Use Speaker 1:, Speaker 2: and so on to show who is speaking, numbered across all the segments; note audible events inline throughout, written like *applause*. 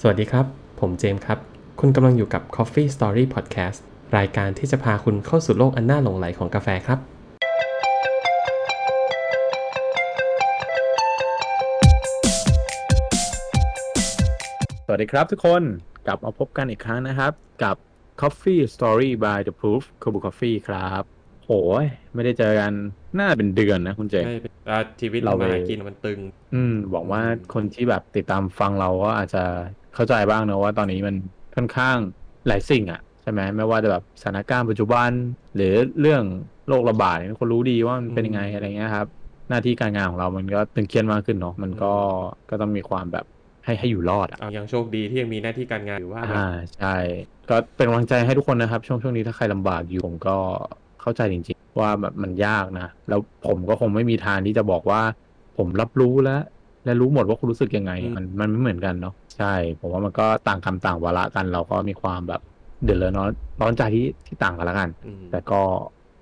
Speaker 1: สวัสดีครับ ผมเจมส์ครับ คุณกำลังอยู่กับ Coffee Story Podcast รายการที่จะพาคุณเข้าสู่โลกอันน่าหลงไหลของกาแฟครับ
Speaker 2: สวัสดีครับทุกคนกลับมาพบกันอีกครั้งนะครับ กับ Coffee Story by the Proof k o b u Coffee ครับโหยไม่ได้เจอกันน่าเป็นเดือนนะคุณเจมส์
Speaker 3: ใช่เอ่อชีวิตเรา
Speaker 2: เราไป
Speaker 3: มาหากินมันตึง
Speaker 2: อืมหวังว่าคนที่แบบติดตามฟังเราก็อาจจะเข้าใจบ้างนะว่าตอนนี้มันค่อนข้างหลายสิ่งอะใช่ไหมไม่ว่าจะแบบสถานการณ์ปัจจุบัน หรือเรื่องโรคระบาดเนี่ยคนรู้ดีว่ามันเป็นยังไง
Speaker 3: อืม
Speaker 2: อะไรเงี้ยครับ หน้าที่การงานของเรามันก็ตึงเครียดมากขึ้นเนาะมันก็ก็ต้องมีความแบบให้ให้อยู่รอดอะ
Speaker 3: เอายังโชคดีที่ยังมีหน้าที่การงานหรือว่าแบบ
Speaker 2: อ่าใช่ ก็เป็นกำลังใจให้ทุกคนนะครับ ช่วงช่วงนี้ถ้าใครลำบากอยู่ผมก็เข้าใจจริงๆ ว่าแบบมันยากนะ แล้วผมก็คงไม่มีทางที่จะบอกว่า ผมรับรู้แล้ว และรู้หมดว่าคุณรู้สึกยังไง มันมันไม่เหมือนกันเนาะใช่ ผมว่ามันก็ต่างกรรมต่างวาระกัน เราก็มีความแบบเดือดร้อนร้อนใจที่ที่ต่างกันละกัน
Speaker 3: อืม
Speaker 2: แต่ก็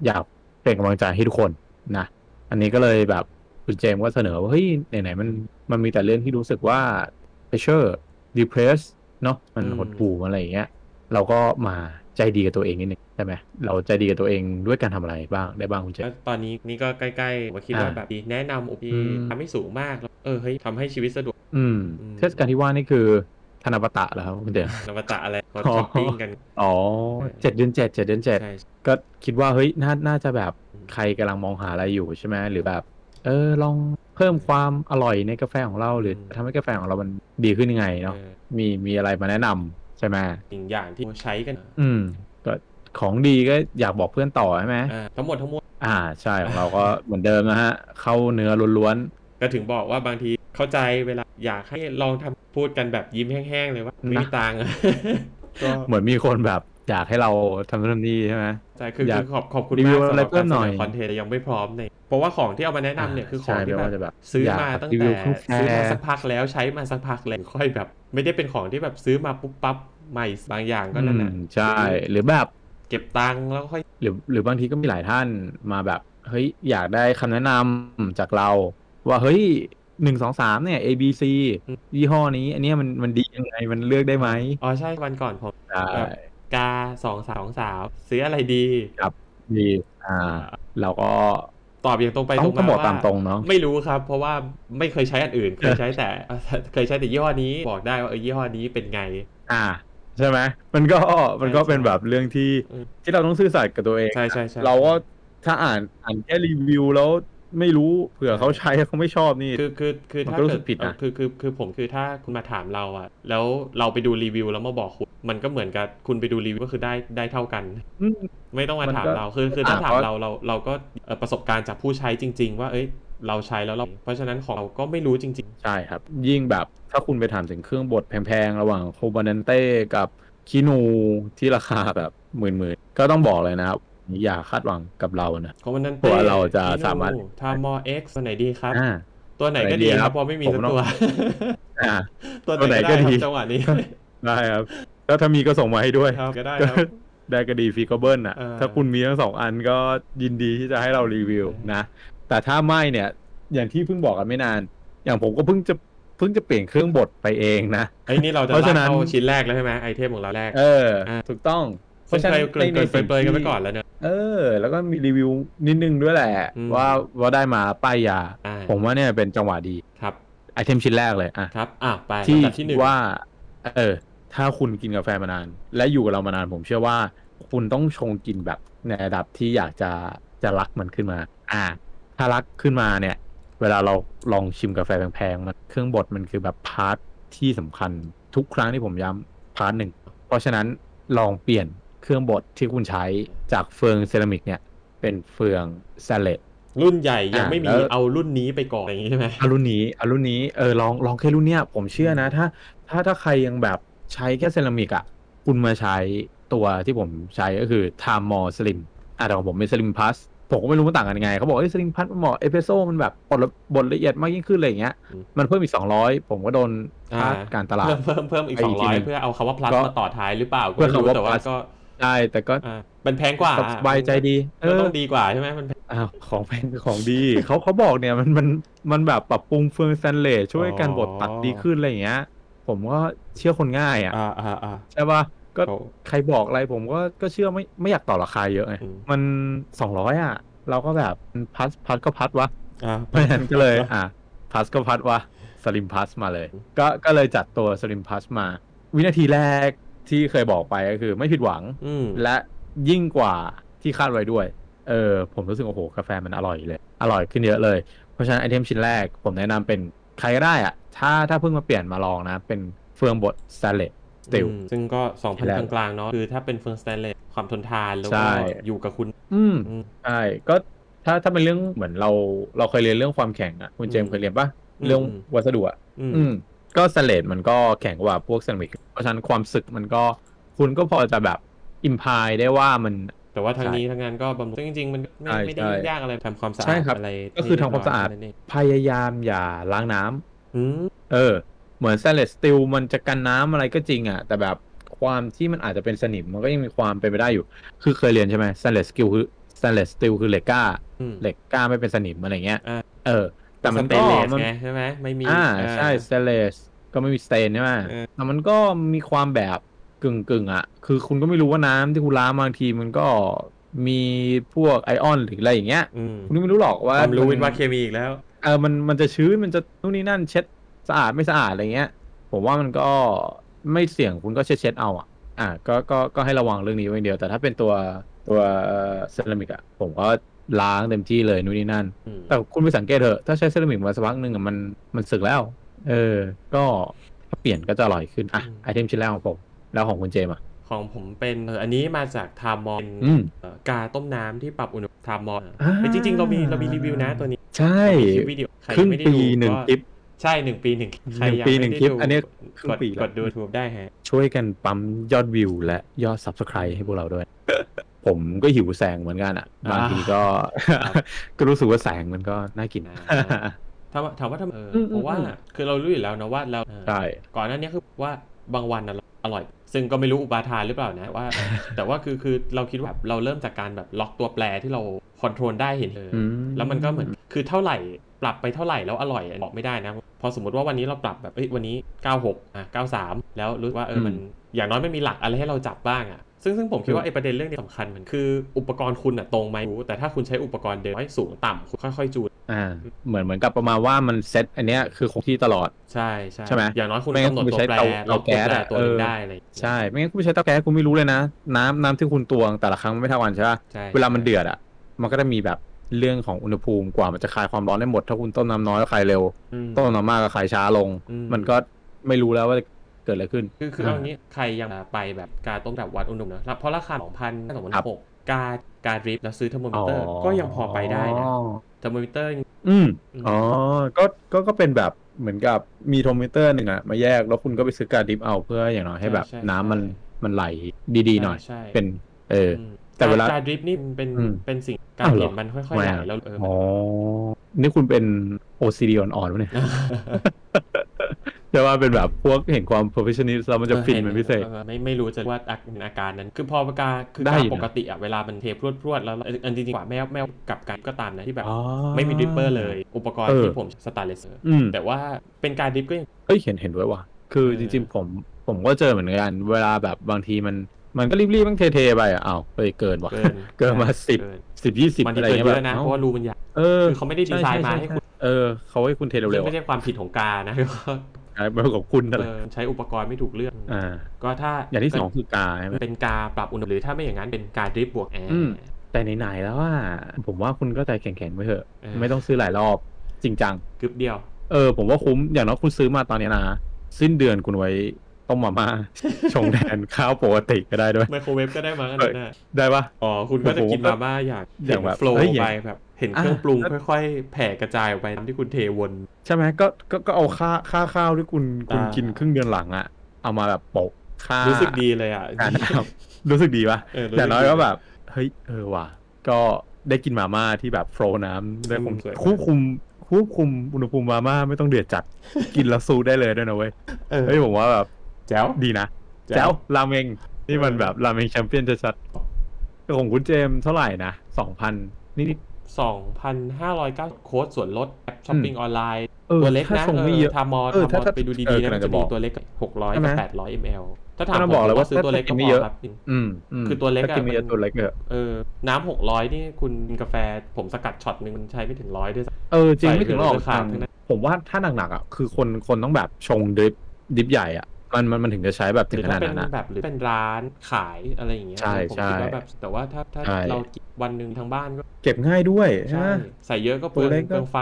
Speaker 2: อยากเป็นกำลังใจให้ทุกคนนะ อันนี้ก็เลยแบบคุณเจมส์ก็เสนอว่าเฮ้ยไหนๆมันมันมีแต่เรื่องที่รู้สึกว่า pressure depressed เนอะมันหดหู่อะไรอย่างเงี้ย เราก็มาใจดีกับตัวเองนิดนึงใช่ไหมเราใจดีกับตัวเองด้วยการทำอะไรบ้างได้บ้างคุณเจ
Speaker 3: แล้
Speaker 2: ม
Speaker 3: ว
Speaker 2: ส์
Speaker 3: ตอนนี้นี่ก็ใกล้ๆผมคิดว่าแบบแนะนำอุป
Speaker 2: อื
Speaker 3: ที่
Speaker 2: ม
Speaker 3: ทำให้สูงมากแล้วเออเฮ้ยทำให้ชีวิตสะดวก
Speaker 2: อืม
Speaker 3: อืม
Speaker 2: เทศกาลที่ว่านี่คือธนบัตะเหรอครับคุณเจมส์
Speaker 3: นวัตะอะไรเขา
Speaker 2: อ๋อ
Speaker 3: ช้อปปิ้งกัน
Speaker 2: อ๋อเจ็ดเดือนเจ็ดเจ็ดเดือนเจ็ด
Speaker 3: ใช่
Speaker 2: ก็คิดว่าเฮ้ยน่าน่าจะแบบใครกำลังมองหาอะไรอยู่ใช่ไหมหรือแบบ เออลองเพิ่มความอร่อยในกาแฟของเรา หรือ
Speaker 3: ม
Speaker 2: ทำให้กาแฟของเรามันดีขึ้นยังไงเนาะ
Speaker 3: เออ
Speaker 2: มีมีอะไรมาแนะนำใช่ไหม
Speaker 3: สิ่งอย่างที่ใช้กัน
Speaker 2: อืม ก็ของดีก็อยากบอกเพื่อนต่อใช่ไหม
Speaker 3: อ่าทั้งหมดทั้งมวล
Speaker 2: อ่าใช่ของเราก็เหมือนเดิมนะฮะ
Speaker 3: *laughs*
Speaker 2: เข้าเนื้อล้วน
Speaker 3: ก็ถึงบอกว่าบางทีเข้าใจเวลาอยากให้ลองทำพูดกันแบบยิ้มแห้งๆเลยว่าไม่มีตังค์ *laughs* อะก็
Speaker 2: ๆเหมือนมีคนแบบอยากให้เราทำนู่นทำนี่ใช่ไหม
Speaker 3: ใช่คือ
Speaker 2: อยา
Speaker 3: คื
Speaker 2: ก
Speaker 3: อขอบขอบคุณ
Speaker 2: รีวิ
Speaker 3: มาก
Speaker 2: ว
Speaker 3: สำ
Speaker 2: อะ
Speaker 3: ห
Speaker 2: ไร
Speaker 3: รับ
Speaker 2: เพิ่
Speaker 3: กาม ร
Speaker 2: ห
Speaker 3: เสน
Speaker 2: น่อย
Speaker 3: อคอนเทนต์ยังไม่พร้อมเลยเพราะว่าของที่เอามาแนะนำเนี่ยคือของ
Speaker 2: ใช่
Speaker 3: ที่
Speaker 2: ไม่
Speaker 3: แบบ
Speaker 2: ว่าจะแบบ
Speaker 3: ซื้อย
Speaker 2: ก
Speaker 3: มาตั้ง
Speaker 2: รี
Speaker 3: แต่
Speaker 2: วิวกาแฟ
Speaker 3: ซื้อมาสักพักแล้วใช้มาสักพักแล้วค่อยแบบ ไม่ได้เป็นของที่แบบซื้อมาปุ๊บปั๊บใหม่บางอย่างก็นั่นแหละ
Speaker 2: อืมใช่ หรือแบบ
Speaker 3: เก็บตังค์แล้วค่อย
Speaker 2: หรือหรือบางทีก็มีหลายท่านมาแบบ เฮ้ย อยากได้คำแนะนำจากเรา ว่าเฮ้ยหนึ่งสองสามเนี่ย A B C
Speaker 3: อืม
Speaker 2: ยี่ห้อนี้ อันเนี้ยมันมันดียังไงมันเลือกได้ไหม
Speaker 3: อ๋อใช่วันก่อนผม
Speaker 2: ได้
Speaker 3: แบบกาสองสาวสาวซื้ออะไรดี
Speaker 2: ดีอ่า เราก็
Speaker 3: ตอบอย่างตรงไป
Speaker 2: ต้
Speaker 3: ตร
Speaker 2: อง
Speaker 3: ง
Speaker 2: ก็
Speaker 3: มา
Speaker 2: บอก
Speaker 3: ว่า
Speaker 2: ตามตรงเนาะ
Speaker 3: ไม่รู้ครับ เพราะว่าไม่เคยใช้อันอื่น เค
Speaker 2: เอย อ
Speaker 3: ใช้แต่เอ่อเคยใช้แต่ยี่ห้อนี้บอกได้ว่าเออยี่ห้อนี้เป็นไง
Speaker 2: อ่า ใช่ไหมมันก็มันก็
Speaker 3: ใช่
Speaker 2: เป็นแบบเรื่องที่
Speaker 3: อืม
Speaker 2: ที่เราต้องซื่อสัตย์กับตัวเอง
Speaker 3: ใช่ใช่ใช่
Speaker 2: เราก็ถ้าอ่านอ่านแค่รีวิวแล้วไม่รู้เผื่อเขาใช้แล้วเขาไม่ชอบนี่
Speaker 3: คือคือคือ
Speaker 2: มัน
Speaker 3: ถ้า
Speaker 2: ก็รู้
Speaker 3: เกิ
Speaker 2: สึ
Speaker 3: ด
Speaker 2: กผิดนะ
Speaker 3: เอ่อคือคือคือผมคือถ้าคุณมาถามเราอะแล้วเราไปดูรีวิวแล้วมาบอกคุณมันก็เหมือนกับคุณไปดูรีวิวก็คือได้ได้เท่ากัน
Speaker 2: อืม
Speaker 3: ไม่ต้องมาถาม
Speaker 2: มันก็
Speaker 3: เราคือคือถ้า
Speaker 2: อ่า
Speaker 3: ถาม
Speaker 2: เพราะ
Speaker 3: เราเราเราก็เอ่อประสบการณ์จากผู้ใช้จริง ๆ ว่าเอ้ยเราใช้แล้วเราเพราะฉะนั้นของเราก็ไม่รู้จริง
Speaker 2: ใช่ครับ ยิ่งแบบถ้าคุณไปถามถึงเครื่องบดแพงๆ ระหว่างโคบาเนเต้กับคินูที่ราคาแบบหมื่นๆ ก็ต้องบอกเลยนะครับ อย่าคาดหวังกับเรานะ
Speaker 3: ๆ ของมันนั้น
Speaker 2: เพราะว่าเราจะสามารถ
Speaker 3: ทามอเอ็กซ์ตัวไหนดีครับ
Speaker 2: อ่า
Speaker 3: ตัวไหนก็
Speaker 2: ตัวไหนดี
Speaker 3: ดี
Speaker 2: ค
Speaker 3: ค
Speaker 2: รั
Speaker 3: รั
Speaker 2: บบ
Speaker 3: เพราะไม่มี
Speaker 2: ผม
Speaker 3: สัก
Speaker 2: ต้อง
Speaker 3: ตัว
Speaker 2: อ่า *laughs*
Speaker 3: ตัว
Speaker 2: ตัวไห
Speaker 3: ไห
Speaker 2: น
Speaker 3: น
Speaker 2: ก็
Speaker 3: ก็ได้ค
Speaker 2: ดี
Speaker 3: รับจังหวะนี้
Speaker 2: ได้ครับ แล้วถ้ามีก็ส่งมาให้ด้วย
Speaker 3: ครับก็ได้ครับ
Speaker 2: ได้ก็ดีฟีกเบิลน่ะ
Speaker 3: เออ
Speaker 2: ถ้าคุณมีทั้งสองอันก็ยินดีที่จะให้เรารีวิวนะ แต่ถ้าไม่เนี่ย อย่างที่เพิ่งบอกกันไม่นาน อย่างผมก็เพิ่งจะเพิ่งจะเปลี่ยนเครื่องบดไปเองนะ
Speaker 3: ไอ้ยนี่เราจะ
Speaker 2: เพราะฉะ
Speaker 3: ลาก
Speaker 2: นั้น
Speaker 3: เข้าชิ้นแรกแล้วใช่ไหมไอเทมของเราแรก
Speaker 2: เออ
Speaker 3: อ่า
Speaker 2: ถูกต้อง
Speaker 3: ซึ่งเคยเกรินเกริน
Speaker 2: สิ่ง
Speaker 3: เปรยๆกันไป
Speaker 2: ที่
Speaker 3: ก่อนแล้วเนอะ
Speaker 2: เออ แล้วก็มีรีวิวนิดนึงด้วยแหละ
Speaker 3: อืม
Speaker 2: ว่าว่าได้มาป้ายยา
Speaker 3: อ่า
Speaker 2: ผมว่าเนี่ยเป็นจังหวะดี
Speaker 3: ครับ
Speaker 2: ไอเทมชิ้นแรกเลยอ่ะ
Speaker 3: ครับอ่ะไป
Speaker 2: ที่
Speaker 3: ลำดับที่หนึ่ง
Speaker 2: ว่า เออ ถ้าคุณกินกาแฟมานาน และอยู่กับเรามานานผมเชื่อว่า คุณต้องชงกินแบบในระดับที่อยากจะจะรักมันขึ้นมา อ่า ถ้ารักขึ้นมาเนี่ย เวลาเราลองชิมกาแฟแพงๆมันเครื่องบดมันคือแบบพาร์ทที่สำคัญ ทุกครั้งที่ผมย้ำพาร์ทหนึ่งเพราะฉะนั้นลองเปลี่ยนเครื่องบดที่คุณใช้จากเฟืองเซรามิกเนี่ย เป็นเฟืองแซเลต
Speaker 3: รุ่นใหญ่ยัง
Speaker 2: อ่า
Speaker 3: ไม่
Speaker 2: แล้
Speaker 3: มี
Speaker 2: ว
Speaker 3: เอารุ่นนี้ไปก่อนอย่างนี้ใช่ไหม
Speaker 2: เอารุ่นนี้เอารุ่นนี้เออลองลองแค่รุ่นเนี้ยผมเชื่อนะ ถ้า ถ้าถ้าใครยังแบบใช้แค่เซรามิกอ่ะ คุณมาใช้ตัวที่ผมใช้ก็คือ Time More Slim อ่ะแต่ของผมเป็น Slim Plus ผมก็ไม่รู้มันต่างกันยังไง เขาบอกเอ้ย Slim Plus มันเหมาะเอสเ e รสโซ่มันแบบบดละบดละเอียดมากยิ่งขึ้นอะไรอย่างเงี้ย
Speaker 3: อืม
Speaker 2: มันเพิ่มอีก 200 ผมก็โดน
Speaker 3: อ่า
Speaker 2: ค่าการตลาด
Speaker 3: เพิ่มเพิ่มเพิ่มอีก
Speaker 2: ไป
Speaker 3: ส
Speaker 2: อี
Speaker 3: อก ง
Speaker 2: ที
Speaker 3: ร้อ
Speaker 2: ห
Speaker 3: ย
Speaker 2: นึ่ง
Speaker 3: เพื่อเอาคำว่าพลัส
Speaker 2: ก็
Speaker 3: มาต่อท้ายหรือเปล่าก็
Speaker 2: เพื่อ
Speaker 3: ไม่รู้
Speaker 2: คำว่า
Speaker 3: แต่ว่า
Speaker 2: plus
Speaker 3: ก็
Speaker 2: ใช่แต่ก็
Speaker 3: อ่ามันแพงกว่า
Speaker 2: สบายใจดี เอ
Speaker 3: ก็
Speaker 2: อ
Speaker 3: ต้องดีกว่าใช่ไหมมันแพง
Speaker 2: อ้าวของแพงของดี เขาเขาบอกเนี่ยมันมันมันแบบปรับปรุงเฟืองสแตนเลสช่วยกันบดตัดดีขึ้นอะไรอย่างเงี้ย ผมก็เชื่อคนง่ายอ่ะ
Speaker 3: อ่าอ่าอ่า
Speaker 2: ใช่ป่ะก็
Speaker 3: เขา
Speaker 2: ใครบอกอะไรผมก็ก็เชื่อไม่ไม่อยากต่อราคาเยอะไง
Speaker 3: อืม
Speaker 2: มันสองร้อยอ่ะ เราก็แบบพัสพัสก็พัสวะ *laughs*
Speaker 3: อ่า
Speaker 2: เพราะฉะนั้นก็เลยอ่ะพัสก็พัดว่าสลิมพัสมาเลย ก็ก็เลยจัดตัวสลิมพัสมา วินาทีแรกที่เคยบอกไปก็คือไม่ผิดหวัง
Speaker 3: อืม
Speaker 2: และยิ่งกว่าที่คาดไว้ด้วย เออ ผมรู้สึกโอ้โห กาแฟมันอร่อยเลย อร่อยขึ้นเยอะเลย เพราะฉะนั้นไอเทมชิ้นแรก ผมแนะนำเป็นใครก็ได้อะถ้าถ้าเพิ่งมาเปลี่ยนมาลองนะ เป็นเฟืองบดสเตเลตสติล
Speaker 3: อืมซึ่งก็สองพัน
Speaker 2: แล้ว
Speaker 3: กลางๆเนาะคือถ้าเป็นเฟิร์นสแตนเลสความทนทานแล้ว
Speaker 2: ใช่
Speaker 3: ก็อยู่กับคุณ
Speaker 2: อืม
Speaker 3: อืม
Speaker 2: ใช่ก็ถ้าถ้าเป็นเรื่องเหมือนเราเราเคยเรียนเรื่องความแข็งอะคุณเจมส์เคยเรียนปะเรื่องวัสดุอะ
Speaker 3: อืม
Speaker 2: อืมก็สเลตมันก็แข็งกว่าพวกเซรามิกเพราะฉะนั้นความสึกมันก็คุณก็พอจะแบบอิมพายได้ว่ามัน
Speaker 3: แต่ว่าทาง
Speaker 2: ใช่
Speaker 3: นี้ทางงานก็บำรุงซึ่งจริงๆ มันไม่
Speaker 2: ใช่
Speaker 3: ไม่ได้
Speaker 2: ใช่
Speaker 3: ยากอะไรทำความสะอาด
Speaker 2: ใช่ครับ
Speaker 3: อะไร
Speaker 2: ก็คือทำความสะอาด
Speaker 3: นิดหน่ย
Speaker 2: พยายามอย่าล้างน้ำ
Speaker 3: อืม
Speaker 2: เออ เหมือนสเลตสติลมันจะกันน้ำอะไรก็จริงอะ่ะ แต่แบบความที่มันอาจจะเป็นสนิมมันก็ยังมีความเป็นไปได้อยู่ คือเคยเรียนใช่ไหมสเลตสกิลคือสเลตสติลคือเหล็กกล้า
Speaker 3: อืม
Speaker 2: เหล็กกล้าไม่เป็นสนิมอะไรเงี้ย
Speaker 3: อ่า
Speaker 2: เออ แต่มัน
Speaker 3: สเต
Speaker 2: ก็
Speaker 3: นเลส
Speaker 2: มัน
Speaker 3: ไงใช่ไหมไม่มี
Speaker 2: อ่า
Speaker 3: เ
Speaker 2: ใช่สเตเลสก็ไม่มีสเตนใช่ไหม
Speaker 3: เออ
Speaker 2: แต่มันก็มีความแบบกึ่งกึ่งๆอ่ะ คือคุณก็ไม่รู้ว่าน้ำที่คุณล้างบางทีมันก็มีพวกไอออนหรืออะไรอย่างเงี้ย
Speaker 3: อืม
Speaker 2: คุณก็ไม่รู้หรอกว่า
Speaker 3: ความรู้วิน
Speaker 2: มั
Speaker 3: ว่าเคมีอีกแล้ว
Speaker 2: เออมันมันจะชื้นมันจะนู่นนี่นั่นเช็ดสะอาดไม่สะอาดอะไรเงี้ย ผมว่ามันก็ไม่เสี่ยงคุณก็เช็ดเช็ดๆเอาอ่ะ อ่าก็ก็ก็ให้ระวังเรื่องนี้ไว้อย่างเดียว แต่ถ้าเป็นตัวตัวเซรามิกอ่ะผมก็ล้างเต็มที่เลยนู่นนี่นั่น
Speaker 3: อืม
Speaker 2: แต่คุณไปสังเกตเถอะ ถ้าใช้เซรามิกมาสักพักหนึ่งอะมันมันสึกแล้ว เออ ก็ถ้าเปลี่ยนก็จะอร่อยขึ้น อ่ะ ไอเทมชิ้นแรกของผม แล้วของคุณเจมส์อ่ะ
Speaker 3: ของผมเป็นเอออันนี้มาจากทามอน
Speaker 2: อืม
Speaker 3: กาต้มน้ำที่ปรับอุณหภูมิทามอน
Speaker 2: อ่า
Speaker 3: แต่จริงๆ เรามีเรามีรีวิวนะตัวนี้
Speaker 2: ใช่
Speaker 3: เรามีคลิปวิดีโอใคร
Speaker 2: ครึ่ง
Speaker 3: ไม่ได้
Speaker 2: ปี
Speaker 3: ดู
Speaker 2: หนึ่ง
Speaker 3: ก็
Speaker 2: คลิป
Speaker 3: ใช่หนึ่งปีหนึ่งคลิปใครยัง
Speaker 2: หนึ่งปี
Speaker 3: ไม่
Speaker 2: หนึ่ง
Speaker 3: ได้ดู
Speaker 2: คลิปอันนี้ครึ่ง
Speaker 3: กด
Speaker 2: ปีแล้ว
Speaker 3: กดดูทูบได้ฮะ
Speaker 2: ช่วยกันปั๊มยอดวิวและยอด subscribe ให้พวกเราด้วย ผมก็หิวแสงเหมือนกันอ่ะ บางทีก็ *laughs* ก็รู้สึกว่าแสงมันก็น่ากิน
Speaker 3: อ่า ถามว่าถามว่าทำไมเอออ
Speaker 2: ม
Speaker 3: เพราะว่า
Speaker 2: อืม
Speaker 3: คือเรารู้อยู่แล้วนะว่าเราเออ
Speaker 2: ใช่
Speaker 3: ก่อนหน้านี้คือว่าบางวันน่ะเราอร่อย ซึ่งก็ไม่รู้อุปาทานหรือเปล่านะว่า
Speaker 2: *laughs*
Speaker 3: แต่ว่าคือคือเราคิดว่าแบบเราเริ่มจากการแบบล็อกตัวแปรที่เราคอนโทรลได้เห็นเอออ
Speaker 2: ม
Speaker 3: แล้วมันก็เหมือนคือเท่าไหร่ปรับไปเท่าไหร่แล้วอร่อยอ่ะบอกไม่ได้นะพอสมมติว่าวันนี้เราปรับแบบเอ้ยวันนี้ 96อ่ะ93 แล้วรู้สึกว่าเออมันอย่างน้อยมันมีหลักอะไรให้เราจับบ้างอ่ะซึ่งซึ่งผมคิดว่าไอ้ประเด็นเรื่องนี้สำคัญเหมือนคืออุปกรณ์คุณอ่ะตรงไหมรู้แต่ถ้าคุณใช้อุปกรณ์เดิมไว้สูงต่ำคุณค่อยๆจูน
Speaker 2: อ่า เหมือนเหมือนกับประมาณว่ามันเซตอันเนี้ยคือคงที่ตลอด
Speaker 3: ใช่ใช่
Speaker 2: ใช่ไหม
Speaker 3: อย่างน้อยคุณ
Speaker 2: ไม่งั้
Speaker 3: กำ
Speaker 2: น
Speaker 3: หนด
Speaker 2: คุณ
Speaker 3: ตัว
Speaker 2: ใช้
Speaker 3: แปร
Speaker 2: เตา
Speaker 3: ล็อกตัว
Speaker 2: เตาแก๊ส
Speaker 3: แปร
Speaker 2: อะ
Speaker 3: ตัวหนึง
Speaker 2: เออ
Speaker 3: ได้อะไรอย่างเงี้ย
Speaker 2: ใช่ไม่งั้นคุณไปใช้เตาแก๊สคุณไม่รู้เลยนะ น้ำน้ำที่คุณตวงแต่ละครั้งมันไม่เท่ากันใช่ปะ
Speaker 3: ใช่
Speaker 2: เวลามันเดือดอ่ะ มันก็จะมีแบบเรื่องของอุณหภูมิกว่ามันจะคลายความร้อนได้หมด ถ้าคุณต้มน้ำน้อยก็คลายเร็ว
Speaker 3: อืม
Speaker 2: ต้มน้ำมากก็คลายช้าลง
Speaker 3: อืม
Speaker 2: มันก็ไม่รู้แล้วว่าจะเกิดอะไรขึ้น
Speaker 3: คือคือเอางี้ใครยังไปแบบกาต้มแบบวัดอุณหภูมินะแล้วเพราะราคา2,000สองพันหกกาการดริฟแล้วซื้อเทอร์โมมิเตอร์ ก็ยังพอไปได้นะเทอร์โมมิเตอร์ยัง
Speaker 2: อืม
Speaker 3: อืม
Speaker 2: อ๋อ ก็ ก็ ก็เป็นแบบ เหมือนกับมีโทรมิเตอร์หนึ่งอะมาแยก แล้วคุณก็ไปซื้อการดริฟเอาเพื่ออย่างน้อยให้แบบ น้ำมัน มันไหลดีๆหน่อย
Speaker 3: ใช่
Speaker 2: เป็น เออ
Speaker 3: ม
Speaker 2: แต่เวลาก
Speaker 3: าดริฟนี่มันเป็น
Speaker 2: อืม
Speaker 3: เป็นสิ่งการ
Speaker 2: อ้าวเหรอ
Speaker 3: เห็นมันค่อยๆ
Speaker 2: ไม่
Speaker 3: ไหล
Speaker 2: อะ
Speaker 3: แล้วเออ
Speaker 2: อ๋อ นี่คุณเป็น OCD อ่อนๆวะเนี่ย จะว่าเป็นแบบพวกเห็นความ perfectionist แล้วมันจะฟินเป็นพิเศษ
Speaker 3: ออไม่ไม่รู้จะว่าอาอาการนั้น คือพอประกาคือกา
Speaker 2: ได้
Speaker 3: ร
Speaker 2: อยู่นะ
Speaker 3: ปกติอ่ะเวลามันเทพรวดๆแล้วอันจริงๆกว่าแมวแมวกับการก็ตามนะที่แบบ
Speaker 2: อ๋อ
Speaker 3: ไม่มีดริปเปอร์เลย อุปกรณ์
Speaker 2: เออ
Speaker 3: ที่ผมสตาร์เลสเซอร์
Speaker 2: อืม
Speaker 3: แต่ว่าเป็นการดริปก็ยัง
Speaker 2: เอ้ยเห็นเห็นด้วยว่ะ คือ
Speaker 3: เออ
Speaker 2: จริงๆผมผมก็เจอเหมือนกัน เวลาแบบบางทีมันมันก็รีบๆมันเทๆไปอ่ะอ้าวไปเกินว่ะ
Speaker 3: เกิน
Speaker 2: เกินมาสิบ
Speaker 3: เกิน
Speaker 2: สิบยี่สิบ
Speaker 3: มัน
Speaker 2: อะไร
Speaker 3: เกิน
Speaker 2: เงี้ย
Speaker 3: เย
Speaker 2: แบบ
Speaker 3: อะนะ
Speaker 2: อ้
Speaker 3: เพราะว่ารูมันใหญ่
Speaker 2: เออ
Speaker 3: คือเขาไม่ได้ดีไซน์มาให้คุณ
Speaker 2: เออเขาให้คุณเท
Speaker 3: ซึ่
Speaker 2: เร็
Speaker 3: ง
Speaker 2: วๆ
Speaker 3: ไม่
Speaker 2: อ่ะ
Speaker 3: ใช่ความผิดของกานะ *laughs*
Speaker 2: ใช่เป็นของคุณนั่น
Speaker 3: เอ
Speaker 2: แหละ
Speaker 3: อใช้อุปกรณ์ไม่ถูกเลือก
Speaker 2: อ่า
Speaker 3: ก็ถ้า
Speaker 2: อย่างที่สองคือกาใช่ไหม
Speaker 3: เป็นกาปรับอุณหภูมิหรือถ้าไม่อย่างนั้นเป็นกาดริปบวกแอร์
Speaker 2: อืม แต่ไหนๆแล้วว่าผมว่าคุณก็ใจแข็งๆไปเถอะ
Speaker 3: เออ
Speaker 2: ไม่ต้องซื้อหลายรอบ จริงจัง
Speaker 3: กึบเดียว
Speaker 2: เออ ผมว่าคุ้มอย่างน้อยคุณซื้อมาตอนเนี้ยนะ สิ้นเดือนคุณไว้ต้มมา *laughs* ม่า ชงแทนข้าวปกติก็ได้ด้วย
Speaker 3: ไมโครเวฟก็ได้มั้งอันนั้นนะ
Speaker 2: ได้ปะ
Speaker 3: อ๋อคุณก็จะกินมาม่าอยาก
Speaker 2: อย่างแบบ
Speaker 3: โฟล์
Speaker 2: เฮ้ยอย่า
Speaker 3: ไป
Speaker 2: ง
Speaker 3: แบบ เห็นเครื่อง
Speaker 2: อ่ะ
Speaker 3: ปรุงค่อย ๆ แผ่กระจายออกไปตามที่คุณเทวน
Speaker 2: ใช่ไหมก็ก็ก็เอาค่าค่าข้าวที่คุณคุณ
Speaker 3: อ่า
Speaker 2: กินครึ่งเดือนหลังอะเอามาแบบโปะค่า
Speaker 3: รู้
Speaker 2: รู้
Speaker 3: สึกดีเลยอ่ะ
Speaker 2: รู้สึกดีปะ
Speaker 3: เออรู้สึกดี
Speaker 2: อย่างน้อยก็แบบ เฮ้ยเออว่ะ ก็ได้กินมาม่าที่แบบโฟลว์น้ำได้คุม
Speaker 3: อืมสวย
Speaker 2: ควบคุมควบคุมอุณหภูมิมาม่าไม่ต้องเดือดจัด กินแล้วซูได้เลยด้วยนะเว้ย
Speaker 3: เออ
Speaker 2: เฮ้ยผมว่าแบบ
Speaker 3: แจ๋ว
Speaker 2: ดีนะ
Speaker 3: แจ๋ว
Speaker 2: แจ๋วราเมงนี่มัน
Speaker 3: เออ
Speaker 2: แบบราเมงแชมเปี้ยนชัดๆแต่ของคุณเจมส์เท่าไหร่นะสองพันนิด
Speaker 3: 2,509โค้ดส่วนลดแอปช้อปปิ้งออนไลน์
Speaker 2: ออ
Speaker 3: ตัวเล็ก
Speaker 2: ถ้า
Speaker 3: นะ
Speaker 2: ทรงไม่เยอะ
Speaker 3: ทามอ
Speaker 2: เออ
Speaker 3: ทาม
Speaker 2: ถ้า
Speaker 3: อ
Speaker 2: ถ้า
Speaker 3: ไปดู
Speaker 2: เอ
Speaker 3: ดี
Speaker 2: อ
Speaker 3: ๆนะมันจะ
Speaker 2: กำลังจะบ
Speaker 3: มี
Speaker 2: อก
Speaker 3: ตัวเล็กหกร้อย
Speaker 2: ใช่ไหม
Speaker 3: กับแปดร้อยมลถ้าถาม
Speaker 2: กำลัง
Speaker 3: ผม
Speaker 2: บอกเล
Speaker 3: ผ
Speaker 2: ย
Speaker 3: ม
Speaker 2: ว่า
Speaker 3: ซื้อตัวเล็กก็
Speaker 2: ถ้ากิ
Speaker 3: พ
Speaker 2: นไม่
Speaker 3: อ
Speaker 2: เยอะ
Speaker 3: ครับ
Speaker 2: อืมม
Speaker 3: คือตัวเล็กอะ
Speaker 2: ถ้ากินไม่เยอะ
Speaker 3: มัน
Speaker 2: ตัวเล็กเนอะ
Speaker 3: เออน้ำหกร้อยนี่คุณกินกาแฟผมสกัดช็อตหนึ่งมันใช้ไม่ถึงร้อยด้วยซ้
Speaker 2: เออจริงไม่ถึงหรอก
Speaker 3: ใส่เยอะ
Speaker 2: ทาง
Speaker 3: ทั้งนั้น
Speaker 2: ผมว่าถ้าหนักๆอ่ะคือคนคนต้องแบบชงดริปดริปใหญ่อ่ะมันมันมันถึงจะใช้แบบ
Speaker 3: ำห
Speaker 2: ถึง
Speaker 3: รือ
Speaker 2: ข
Speaker 3: ถ้า
Speaker 2: นาด
Speaker 3: เป็น
Speaker 2: นั้นนะ
Speaker 3: แบบหรือเป็นร้านขายอะไรอย่างเงี้ย
Speaker 2: ใช่
Speaker 3: ผม
Speaker 2: ใช่
Speaker 3: คิดว่าแบบแต่ว่าถ้าถ้า
Speaker 2: ใช่
Speaker 3: เรากินวันหนึ่งทางบ้านก็
Speaker 2: เก็บง่ายด้วยใช่ไห
Speaker 3: ใช่
Speaker 2: ม
Speaker 3: ใส่เยอะก็เปลือง
Speaker 2: ตัวเล็กก็
Speaker 3: เปลืองไฟ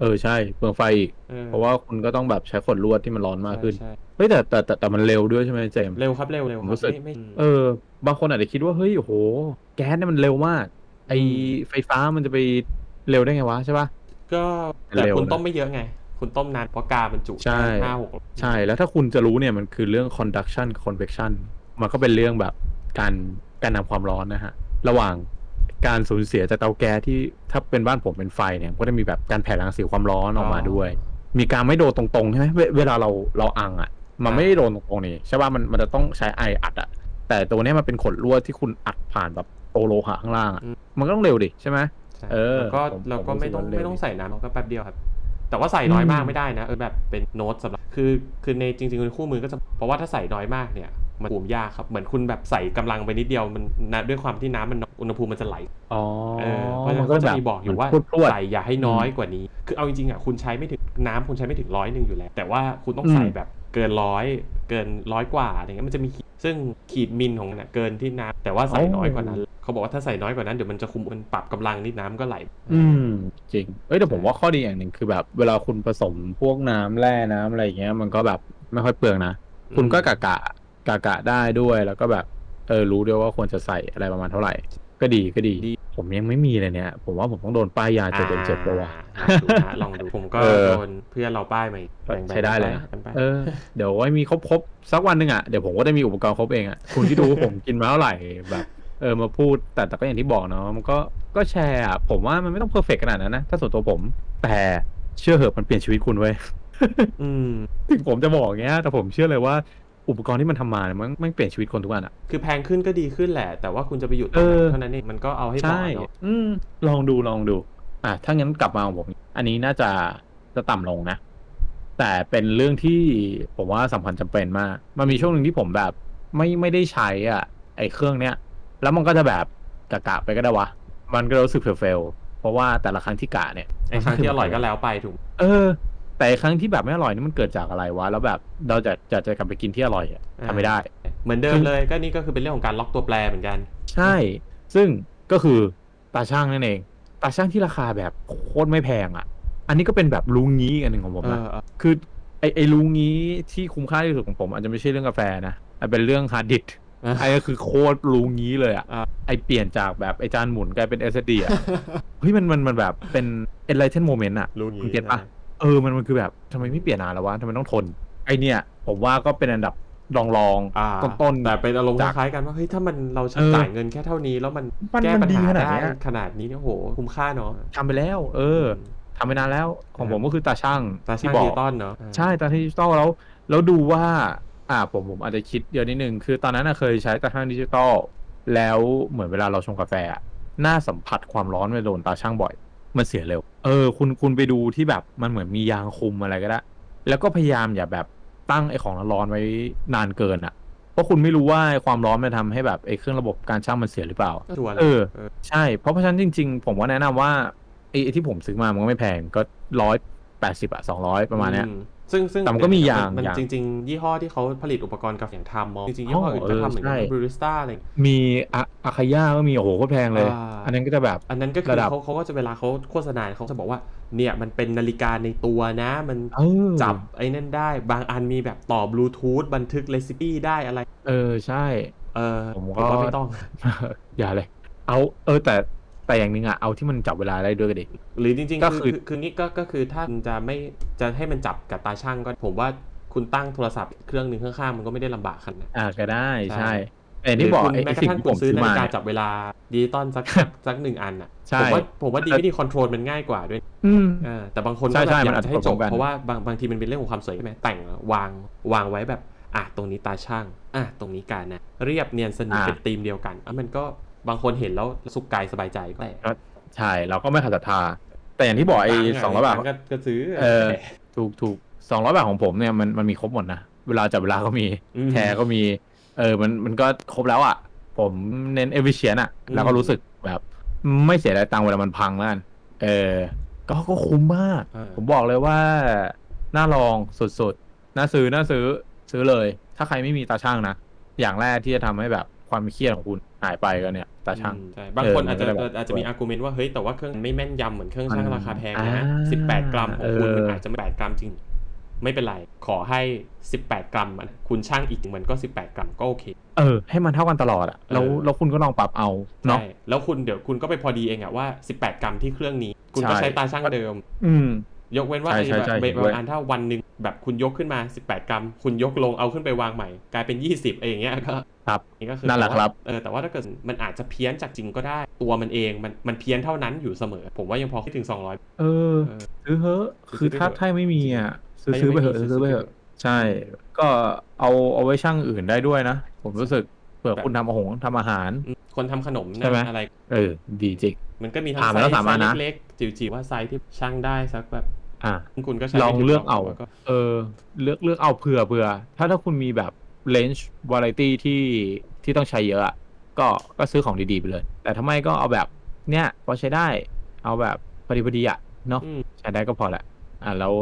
Speaker 2: เออใช่เปลืองไฟอีก
Speaker 3: ออ
Speaker 2: เพราะว่าคุณก็ต้องแบบใช้ขวดลวดที่มันร้อนมากขึ้น
Speaker 3: ใช่
Speaker 2: เฮ้ยแต่แต่แต่แต่มันเร็วด้วยใช่ไหมเจมส์
Speaker 3: เร็วครับเร็วเร็วค
Speaker 2: ผม
Speaker 3: รั
Speaker 2: รู้
Speaker 3: บ
Speaker 2: สึก
Speaker 3: ไม่ไม่
Speaker 2: เออบางคนอาจจะคิดว่าเฮ้ยโอ้โห แก๊สเนี่ยมันเร็วมาก ไอ
Speaker 3: อื
Speaker 2: ไฟฟ้ามันจะไปเร็วได้ไงวะใช่ปะ
Speaker 3: ก็แต่
Speaker 2: เร็ว
Speaker 3: คุณ
Speaker 2: นะ
Speaker 3: ต้มไม่เยอะไง คุณต้มนานเพราะกามันจุ
Speaker 2: ใช่
Speaker 3: ห้าหก
Speaker 2: ใช่แล้วถ้าคุณจะรู้เนี่ยมันคือเรื่อง conduction convection มันก็เป็นเรื่องแบบการการนำความร้อนนะฮะ ระหว่างการสูญเสียจากเตาแก๊สที่ถ้าเป็นบ้านผมเป็นไฟเนี่ยก็จะมีแบบการแผ่รังสีความร้อนออกมาด้วย มีการไม่โดนตรงๆใช่ไหมเวเวลาเราเราอังอ่ะ มันไม่ได้โดนตรงๆนี่ใช่ป่ะมันมันจะต้องใช้ไออัดอ่ะ แต่ตัวเนี้ยมันเป็นขดลวดที่คุณอัดผ่านแบบโตโลหะข้างล่างอ่ะมันก็ต้องเร็วดิใช่ไหม
Speaker 3: ใช่
Speaker 2: เออ
Speaker 3: แล้วก็
Speaker 2: ผม
Speaker 3: แล้วก็
Speaker 2: ผมรู้สึ
Speaker 3: ไม่ต้อง
Speaker 2: กว่าเร็ว
Speaker 3: ไม่ต้องใส่น้ำก็แป๊บเดียวครับ แต่ว่าใส่น้อยมาก
Speaker 2: อืม
Speaker 3: ไม่ได้นะเออแบบเป็นโน้ตสำหรับคือคือในจริงๆในคู่มือก็จะเพราะว่าถ้าใส่น้อยมากเนี่ยมันคุมยากครับเหมือนคุณแบบใส่กำลังไปนิดเดียวมันนะด้วยความที่น้ำมันน้อยอุณหภูมิมันจะไหล
Speaker 2: อ๋อ
Speaker 3: เออเพราะฉะนั้นก็จะมีบอกอยู่ว่า
Speaker 2: พรวดพรวด
Speaker 3: ใส่อย่าให้น้อยกว่านี้ คือเอาจริงๆอ่ะคุณใช้ไม่ถึงน้ำคุณใช้ไม่ถึงร้อยหนึ่งอยู่แล้ว แต่ว่าคุณต้องใส่
Speaker 2: อืม
Speaker 3: แบบเกินร้อยเกินร้อยกว่าอะไรเงี้ยมันจะมีขีดซึ่งขีดมิลของมันน่ะเกินที่น้ำแต่ว่าใส่น้อยกว่านั้นเขาบอกว่าถ้าใส่น้อยกว่านั้นเดี๋ยวมันจะคุมมันปรับกำลังนิดน้ำก็ไหล
Speaker 2: อืมจริง เอ้ยแต่ผมว่าข้อดีอย่างหนึ่งคือแบบเวลาคุณผสมพวกน้ำแร่น้ำอะไรอย่างเงี้ย มันก็แบบไม่ค่อยเปลืองนะ คุณก็กะกะกะกะได้ด้วยแล้วก็แบบเออรู้ด้วยว่าควรจะใส่อะไรประมาณเท่าไหร่ ก็ดีก็ดี ผมยังไม่มีเลยเนี่ย ผมว่าผมต้องโดนป้ายยาเจ็ดเดือนเจ็ดตัว
Speaker 3: อ่าลองดูนะลองดู ผมก็
Speaker 2: เออ
Speaker 3: โดนเพื่อนเราป้ายมาอีกแบ่งๆ
Speaker 2: ใช้ได้เลยนะ
Speaker 3: กันไป
Speaker 2: เออเดี๋ยวไว้มีครบครบสักวันหนึ่งอ่ะเดี๋ยวผมก็ได้มีอุปกรณ์ครบเอง *laughs* อ่ะคุณที่ดูว่า ผมกินมาเท่าไหร่แบบเออมาพูดแต่แต่ก็อย่างที่บอกเนาะมันก็ก็แชร์อะผมว่ามันไม่ต้องเพอร์เฟกขนาดนั้นนะถ้าส่วนตัวผม แต่เชื่อเหอะมันเปลี่ยนชีวิตคุณเว้ย
Speaker 3: อืม
Speaker 2: ถึง *laughs* ผมจะบอกอย่างเงี้ยแต่ผมเชื่อเลยว่าอุปกรณ์ที่มันทำมาเนี่ยมันมันเปลี่ยนชีวิตคนทุกอันอ่ะ
Speaker 3: คือแพงขึ้นก็ดีขึ้นแหละ แต่ว่าคุณจะไปอยู่ตรงไห
Speaker 2: เออ
Speaker 3: นเท่านั้นเองมันก็เอาให้ต่อ
Speaker 2: ใช่
Speaker 3: เนอะ
Speaker 2: อืม ลองดูลองดู อ่ะถ้างั้นกลับมาของผม อันนี้น่าจะจะต่ำลงนะ แต่เป็นเรื่องที่ผมว่าสำคัญจำเป็นมาก มันมีช่วงหนึ่งที่ผมแบบ ไม่ไม่ได้ใช้อ่ะ ไอ้เครื่องเนี้ย แล้วมันก็จะแบบกะกะไปก็ได้วะ มันก็รู้สึกเฟลๆเพราะว่าแต่ละครั้งที่กะเนี่ย
Speaker 3: ไอ้ครั้งที่อร่อยก็แล้วไปถูก
Speaker 2: เออ แต่ไอ้ครั้งที่แบบไม่อร่อยนี่มันเกิดจากอะไรวะ แล้วแบบเราจะจะจะกลับไปกินที่อร่อยอะ
Speaker 3: อ่า
Speaker 2: ทำไม่ได้
Speaker 3: เหมือนเดิมเลยก็นี่ก็คือเป็นเรื่องของการล็อกตัวแปรเหมือนกัน
Speaker 2: ใช่ ซึ่งก็คือตาช่างนั่นเอง ตาช่างที่ราคาแบบโคตรไม่แพงอะ่ะ อันนี้ก็เป็นแบบลุงงี้อีกอันหนึ่งของผม
Speaker 3: เอ
Speaker 2: นะ
Speaker 3: อเออ
Speaker 2: คือไอไอลุงงี้ที่คุ้มค่าที่สุดของผมอาจจะไม่ใช่เรื่องกาแฟนะอาจเป็นเรื่องฮาร์ดดิสก์
Speaker 3: อ่ะ
Speaker 2: ไอก็คือโคตรลุงงี้เลยอะ่ะ
Speaker 3: อ่า
Speaker 2: ไอเปลี่ยนจากแบบไอจานหมุนกลายเป็นเอสดีอ่ะ เฮ้ยมันมันมันแบบเป็น enlightenment moment อ่ะ
Speaker 3: รู้งี้
Speaker 2: คุณเก็ตปะ เออมันมันคือแบบทำไมไม่เปลี่ยนนานแล้ววะทำไมต้องทน ไอเนี่ย ผมว่าก็เป็นอันดับรองรองๆ
Speaker 3: อ่า
Speaker 2: ต้นๆ
Speaker 3: แต่เป็นอารมณ์ค
Speaker 2: จาก
Speaker 3: ล้ายๆกันว่าเฮ้ยถ้ามันเรา
Speaker 2: เออ
Speaker 3: จ่ายเงินแค่เท่านี้แล้วมัน
Speaker 2: มัน
Speaker 3: แก้ปัญ
Speaker 2: มันดี
Speaker 3: หา
Speaker 2: ขนาด
Speaker 3: ได้
Speaker 2: เนี้ย
Speaker 3: ขนาดนี้เนี่ยโหคุ้มค่าเนาะ
Speaker 2: ทำไปแล้ว เออ ทำไปนานแล้วของผมก็คือตาช่าง
Speaker 3: ตาช่าง
Speaker 2: ที่บ
Speaker 3: ดิ
Speaker 2: อ
Speaker 3: จิ
Speaker 2: ก
Speaker 3: ตอลเนาะอ่า
Speaker 2: ใช่ตาช่างดิจิตอลแล้ว แล้วดูว่า อ่าผมผมอาจจะคิดเดียวนิดนึง คือตอนนั้นนะเคยใช้ตาช่างดิจิตอลแล้วเหมือนเวลาเราชงกาแฟอะหน้าสัมผัสความร้อนไปโดนตาช่างบ่อย มันเสียเร็ว เออ คุณคุณไปดูที่แบบมันเหมือนมียางคุมอะไรก็ได้ แล้วก็พยายามอย่าแบบตั้งไอ้ของร้อนๆไว้นานเกินอะเพราะคุณไม่รู้ว่าไอ้ความร้อนมันทำให้แบบไอ้เครื่องระบบการช่างมันเสียหรือเปล่า
Speaker 3: ชัวร์เลย
Speaker 2: เออ
Speaker 3: เออ
Speaker 2: ใช่ เพราะเพราะฉะนั้นจริง ๆ ผมว่าแนะนำว่าไอ้ไอ้ที่ผมซื้อมามันก็ไม่แพงก็ร้อยแปดสิบอะสองร้อยประมาณเนี้ย
Speaker 3: อืซึ่งซึ่ง
Speaker 2: แต่มันก็มียาง
Speaker 3: มัน
Speaker 2: ยาง
Speaker 3: จริง ๆ ยี่ห้อที่เขาผลิตอุปกรณ์กาแฟอย่างทามมอลจริงๆ ยี่ห้ออื่นก็
Speaker 2: อ๋อเออ
Speaker 3: ทำเหมือน
Speaker 2: ใช่
Speaker 3: กันบริสต้าอะไรอย่างเงี้ย
Speaker 2: มีอะอาคาย่าก็มีโอ้โหก็แพงเลย
Speaker 3: อ่า
Speaker 2: อันนั้นก็จะแบบ
Speaker 3: อันนั้นก็คือ
Speaker 2: ระดับ
Speaker 3: เขาเขาก็จะเวลาเขาโฆษณาเขาจะบอกว่า เนี่ยมันเป็นนาฬิกาในตัวนะ มัน
Speaker 2: เออ
Speaker 3: จับไอ้นั่นได้ บางอันมีแบบต่อบลูทูธบันทึกเรซิปี้ได้อะไร
Speaker 2: เออใช่ *laughs*
Speaker 3: เออ
Speaker 2: ผมก็
Speaker 3: ว่าไม่ต้อง
Speaker 2: อย่าเลย เอาเออแต่แต่อย่างหนึ่งอะเอาที่มันจับเวลาได้ด้วยก็ดี
Speaker 3: หรือจริงๆ
Speaker 2: ก็
Speaker 3: คือคื
Speaker 2: คื
Speaker 3: อ
Speaker 2: อ
Speaker 3: คือนี่ก็ก็คือถ้าคุณจะไม่จะให้มันจับกับตาช่างก็ผมว่าคุณตั้งโทรศัพท์เครื่องหนึ่งข้างๆมันก็ไม่ได้ลำบากขนาดนั้น
Speaker 2: อ่าก็ได้
Speaker 3: ใช่
Speaker 2: ใช่แต่อย่างที่บอก
Speaker 3: หรืคุณ
Speaker 2: ไอ้
Speaker 3: แม้กระ
Speaker 2: สิ่ง
Speaker 3: ทั่ง
Speaker 2: ที่
Speaker 3: คุ
Speaker 2: ผ
Speaker 3: ณ
Speaker 2: ม
Speaker 3: ซื้
Speaker 2: ซื้
Speaker 3: อ
Speaker 2: อ
Speaker 3: นา
Speaker 2: มา
Speaker 3: ฬิกา
Speaker 2: เนี่ย
Speaker 3: จับเวลาดิจิตอลสักสักสักหนึ่งอันอ่ะ
Speaker 2: ใช่
Speaker 3: ผมว่าผมว่าดีไม่ดีคอนโทรลมันง่ายกว่าด้วย
Speaker 2: อืม
Speaker 3: เออแต่บางคนก็
Speaker 2: ใช่
Speaker 3: แบ
Speaker 2: ใช่
Speaker 3: บอ
Speaker 2: มัน
Speaker 3: ยาก
Speaker 2: อาจ
Speaker 3: จะ
Speaker 2: จะ
Speaker 3: ให้จบ
Speaker 2: ผสมกัน
Speaker 3: เพราะว่าบางบางทีมันเป็นเรื่องของความสวยใช่ไหมแต่งวางวางไว้แบบอ่ะตรงนี้ตาช่างอ่ะตรงนี้การนะเรียบเนียนสนิท
Speaker 2: อ่า
Speaker 3: เป็นธีมเดียวกันอ่ะมันก็บางคนเห็นแล้วสุขกายสบายใจก็ได้
Speaker 2: ใช่เราก็ไม่ขัดศรัทธา แต่อย่างที่บอกไอ้
Speaker 3: ตัค์ะ
Speaker 2: สองร้อยบาท
Speaker 3: ตัค์ก็ก็ซื้อ
Speaker 2: เออ ถูกถูกสองร้อยบาทของผมเนี่ยมันมันมีครบหมดนะเวลาจับเวลาก็มี
Speaker 3: อืม
Speaker 2: แชร์ก็มี เออ มัน มันก็ครบแล้วอะ่ะ ผมเน้นเอฟ i ิเชนอ่ะ
Speaker 3: อืม
Speaker 2: แล้วก็รู้สึกแบบ ไม่เสียดายตังค์เวลามันพังแล้วกันเออ ก็ ก็คุ้มมาก
Speaker 3: เออ
Speaker 2: ผมบอกเลยว่า น่าลองสุดๆ น่าซื้อ น่าซื้อ ซื้อเลย ถ้าใครไม่มีตาช่างนะ อย่างแรกที่จะทำให้แบบความเครียดของคุณหายไปก็เนี่ย ตาช่าง
Speaker 3: อืมใช่บางคนอาจจะอาจจะมีอาร์กุเมนต์ว่าเฮ้ยแต่ว่าเครื่องไม่แม่นยำเหมือนเครื่องช่าง
Speaker 2: มัน
Speaker 3: ราคาแพง
Speaker 2: อ่
Speaker 3: นะ
Speaker 2: า
Speaker 3: สิบแปดกรัมของคุณ
Speaker 2: เออ
Speaker 3: มันอาจจะแปดกรัมจริง ไม่เป็นไร ขอให้สิบแปดกรัมอะคุณช่างอีกมันก็สิบแปดกรัมก็โอเค
Speaker 2: เออ ให้มันเท่ากันตลอดอะ่ะ แล้ว
Speaker 3: เออ
Speaker 2: แล้วคุณก็ลองปรับเอาเนาะ
Speaker 3: ใช่แล้วคุณเดี๋ยวคุณก็ไปพอดีเองอะว่า 18 กรัมที่เครื่องนี้ คุณก็
Speaker 2: ใช่
Speaker 3: ใช้ตาช่างเดิม
Speaker 2: อืม
Speaker 3: ยกเว้นว่า
Speaker 2: ใช่
Speaker 3: ไอ้
Speaker 2: ใช่
Speaker 3: แบบ
Speaker 2: ใช่
Speaker 3: เบ
Speaker 2: เห็นด้
Speaker 3: บ
Speaker 2: วย
Speaker 3: อันถ้าวันหนึ่งแบบคุณยกขึ้นมา 18 กรัม คุณยกลงเอาขึ้นไปวางใหม่ กลายเป็น 20ไอ้อย่างเงี้ยก็
Speaker 2: ครับ
Speaker 3: นี่ก็คือ
Speaker 2: นั่นแหละครับ
Speaker 3: เออแต่ว่าถ้าเกิดมันอาจจะเพี้ยนจากจริงก็ได้ ตัวมันเองมันมันเพี้ยนเท่านั้นอยู่เสมอ ผมว่ายังพอคิดถึง 200
Speaker 2: เออ
Speaker 3: เออ
Speaker 2: ซื้อเถอะ
Speaker 3: ซื้
Speaker 2: คือ อ
Speaker 3: ไป
Speaker 2: ถ้า
Speaker 3: เถอะ
Speaker 2: ถ้าไม่มีอ่ะ ซื้อ
Speaker 3: ถ้ายัง
Speaker 2: ซื้อไปเถอะ
Speaker 3: ไม่มี
Speaker 2: ซื้อไปเถอะ
Speaker 3: ซื้อไปเถอะ
Speaker 2: ใช่ ก็เอาเอาไว้ช่างอื่นได้ด้วยนะ ผมรู้สึกเผื่อ
Speaker 3: แบบ
Speaker 2: คุณทำอาหงทำอาหาร
Speaker 3: อืมคนทำขนม
Speaker 2: ใช่ไหม
Speaker 3: นะอะไร
Speaker 2: เออ ดีจริง
Speaker 3: มันก็มีทั้ง
Speaker 2: อ่า
Speaker 3: ไซ
Speaker 2: มัน
Speaker 3: ส์
Speaker 2: ก็สามารถนะ
Speaker 3: ไซส์เล็กๆจิ๋วๆว่าไซส์ที่ช่างได้สักแบบ
Speaker 2: อ่ะ
Speaker 3: คุณก็ใช้
Speaker 2: ลองเลือกเอา
Speaker 3: ไปถึสร้ยก็
Speaker 2: เออ เลือกเลือกเอาเผื่อเผื่อถ้าถ้าคุณมีแบบเลนจ์วาไรตี้ที่ที่ต้องใช้เยอะอะก็ก็ซื้อของดีๆ ไปเลย แต่ทำไมก็เอาแบบเนี้ยพอใช้ได้ เอาแบบพอดีพอดีอ่ะเนาะ
Speaker 3: อืม
Speaker 2: ใช้ได้ก็พอแหละอ่ะแล้ว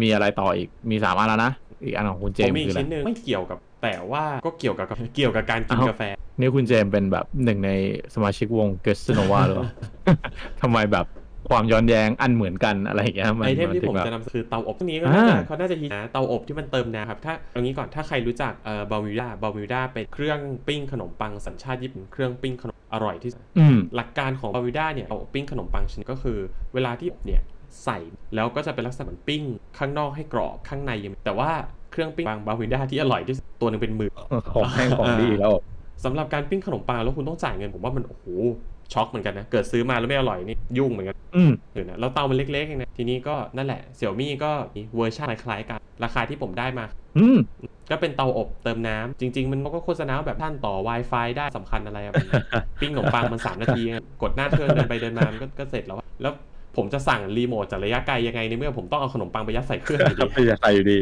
Speaker 2: มีอะไรต่ออีกมีสามอันแล้วนะอีกอันของคุณเจ
Speaker 3: ผม ม
Speaker 2: ส์
Speaker 3: มีอี
Speaker 2: คือก อะไร
Speaker 3: ชิ้นหนึ่งไม่เกี่ยวกับแต่ว่าก็เกี่ยวกับเกี่ยวกับการกิน
Speaker 2: อ้าว
Speaker 3: กาแฟ
Speaker 2: นี่คุณเจมส์เป็นแบบหนึ่งในสมาชิกวงเกสโนวาหรือเปล่ *laughs* า ทำไมแบบความย้อนแย้งอันเหมือนกันอะไรอย่างเงี้ยมัน
Speaker 3: ไอเทม
Speaker 2: น
Speaker 3: ที่
Speaker 2: ถึ
Speaker 3: ผ
Speaker 2: ง
Speaker 3: ม
Speaker 2: แบบ
Speaker 3: จะนำคือเตาอบนี้ก็น่าจะ
Speaker 2: อ่า
Speaker 3: เขาน่าจะฮิตนะเตาอบที่มันเติมน้ำครับถ้าเอางี้ก่อนถ้าใครรู้จักเอ่อบามิวดาบามิวดาเป็นเครื่องปิ้งขนมปังสัญชาติญี่ปุ่นเครื่องปิ้งขนมอร่อยที่สุด
Speaker 2: อืม *laughs*
Speaker 3: หลักการของบามิวดาเนี่ยเอาปิ้งขนมปังชนิดก็คือ เวลาที่อบเนี่ยใส่แล้วก็จะเป็นลักษณะเหมือนปิ้ง ข้างนอกให้กรอบข้างในยังแต่ว่าเครื่องปิ้งบามิวดาที่อร่อยที่สุดตัวหนึ่งเป็นหมื่น
Speaker 2: ของแห้งของดีแล้ว
Speaker 3: สำหรับการปิ้งขนมปังแล้วคุณต้องจ่ายเงินผมว่ามันโอ้โหช็อกเหมือนกันนะ เกิดซื้อมาแล้วไม่อร่อยนี่ยุ่งเหมือนกัน
Speaker 2: อืม
Speaker 3: หรือนะแล้วเตามันเล็กๆเองนะทีนี้ก็นั่นแหละเสี่ยวมี่ก็มีเวอร์ชันคล้ายๆกัน ราคาที่ผมได้มา
Speaker 2: อืม
Speaker 3: ก็เป็นเตาอบเติมน้ำจริง ๆ มันก็โฆษณาแบบท่านต่อ Wi-Fi ได้สำคัญอะไรอะ *laughs* ปิ้งขนมปังมัน 3 นาทีเองกดหน้าเครื่องเดินไปเดินมามันก็ก็เสร็จแล้วอะแล้วผมจะสั่งรีโมทจากระยะไกลยังไงในเมื่อผมต้องเอาขนมปังไปยัดใส่เครื่องอยู่ดี
Speaker 2: ไปใส่อยู่ดี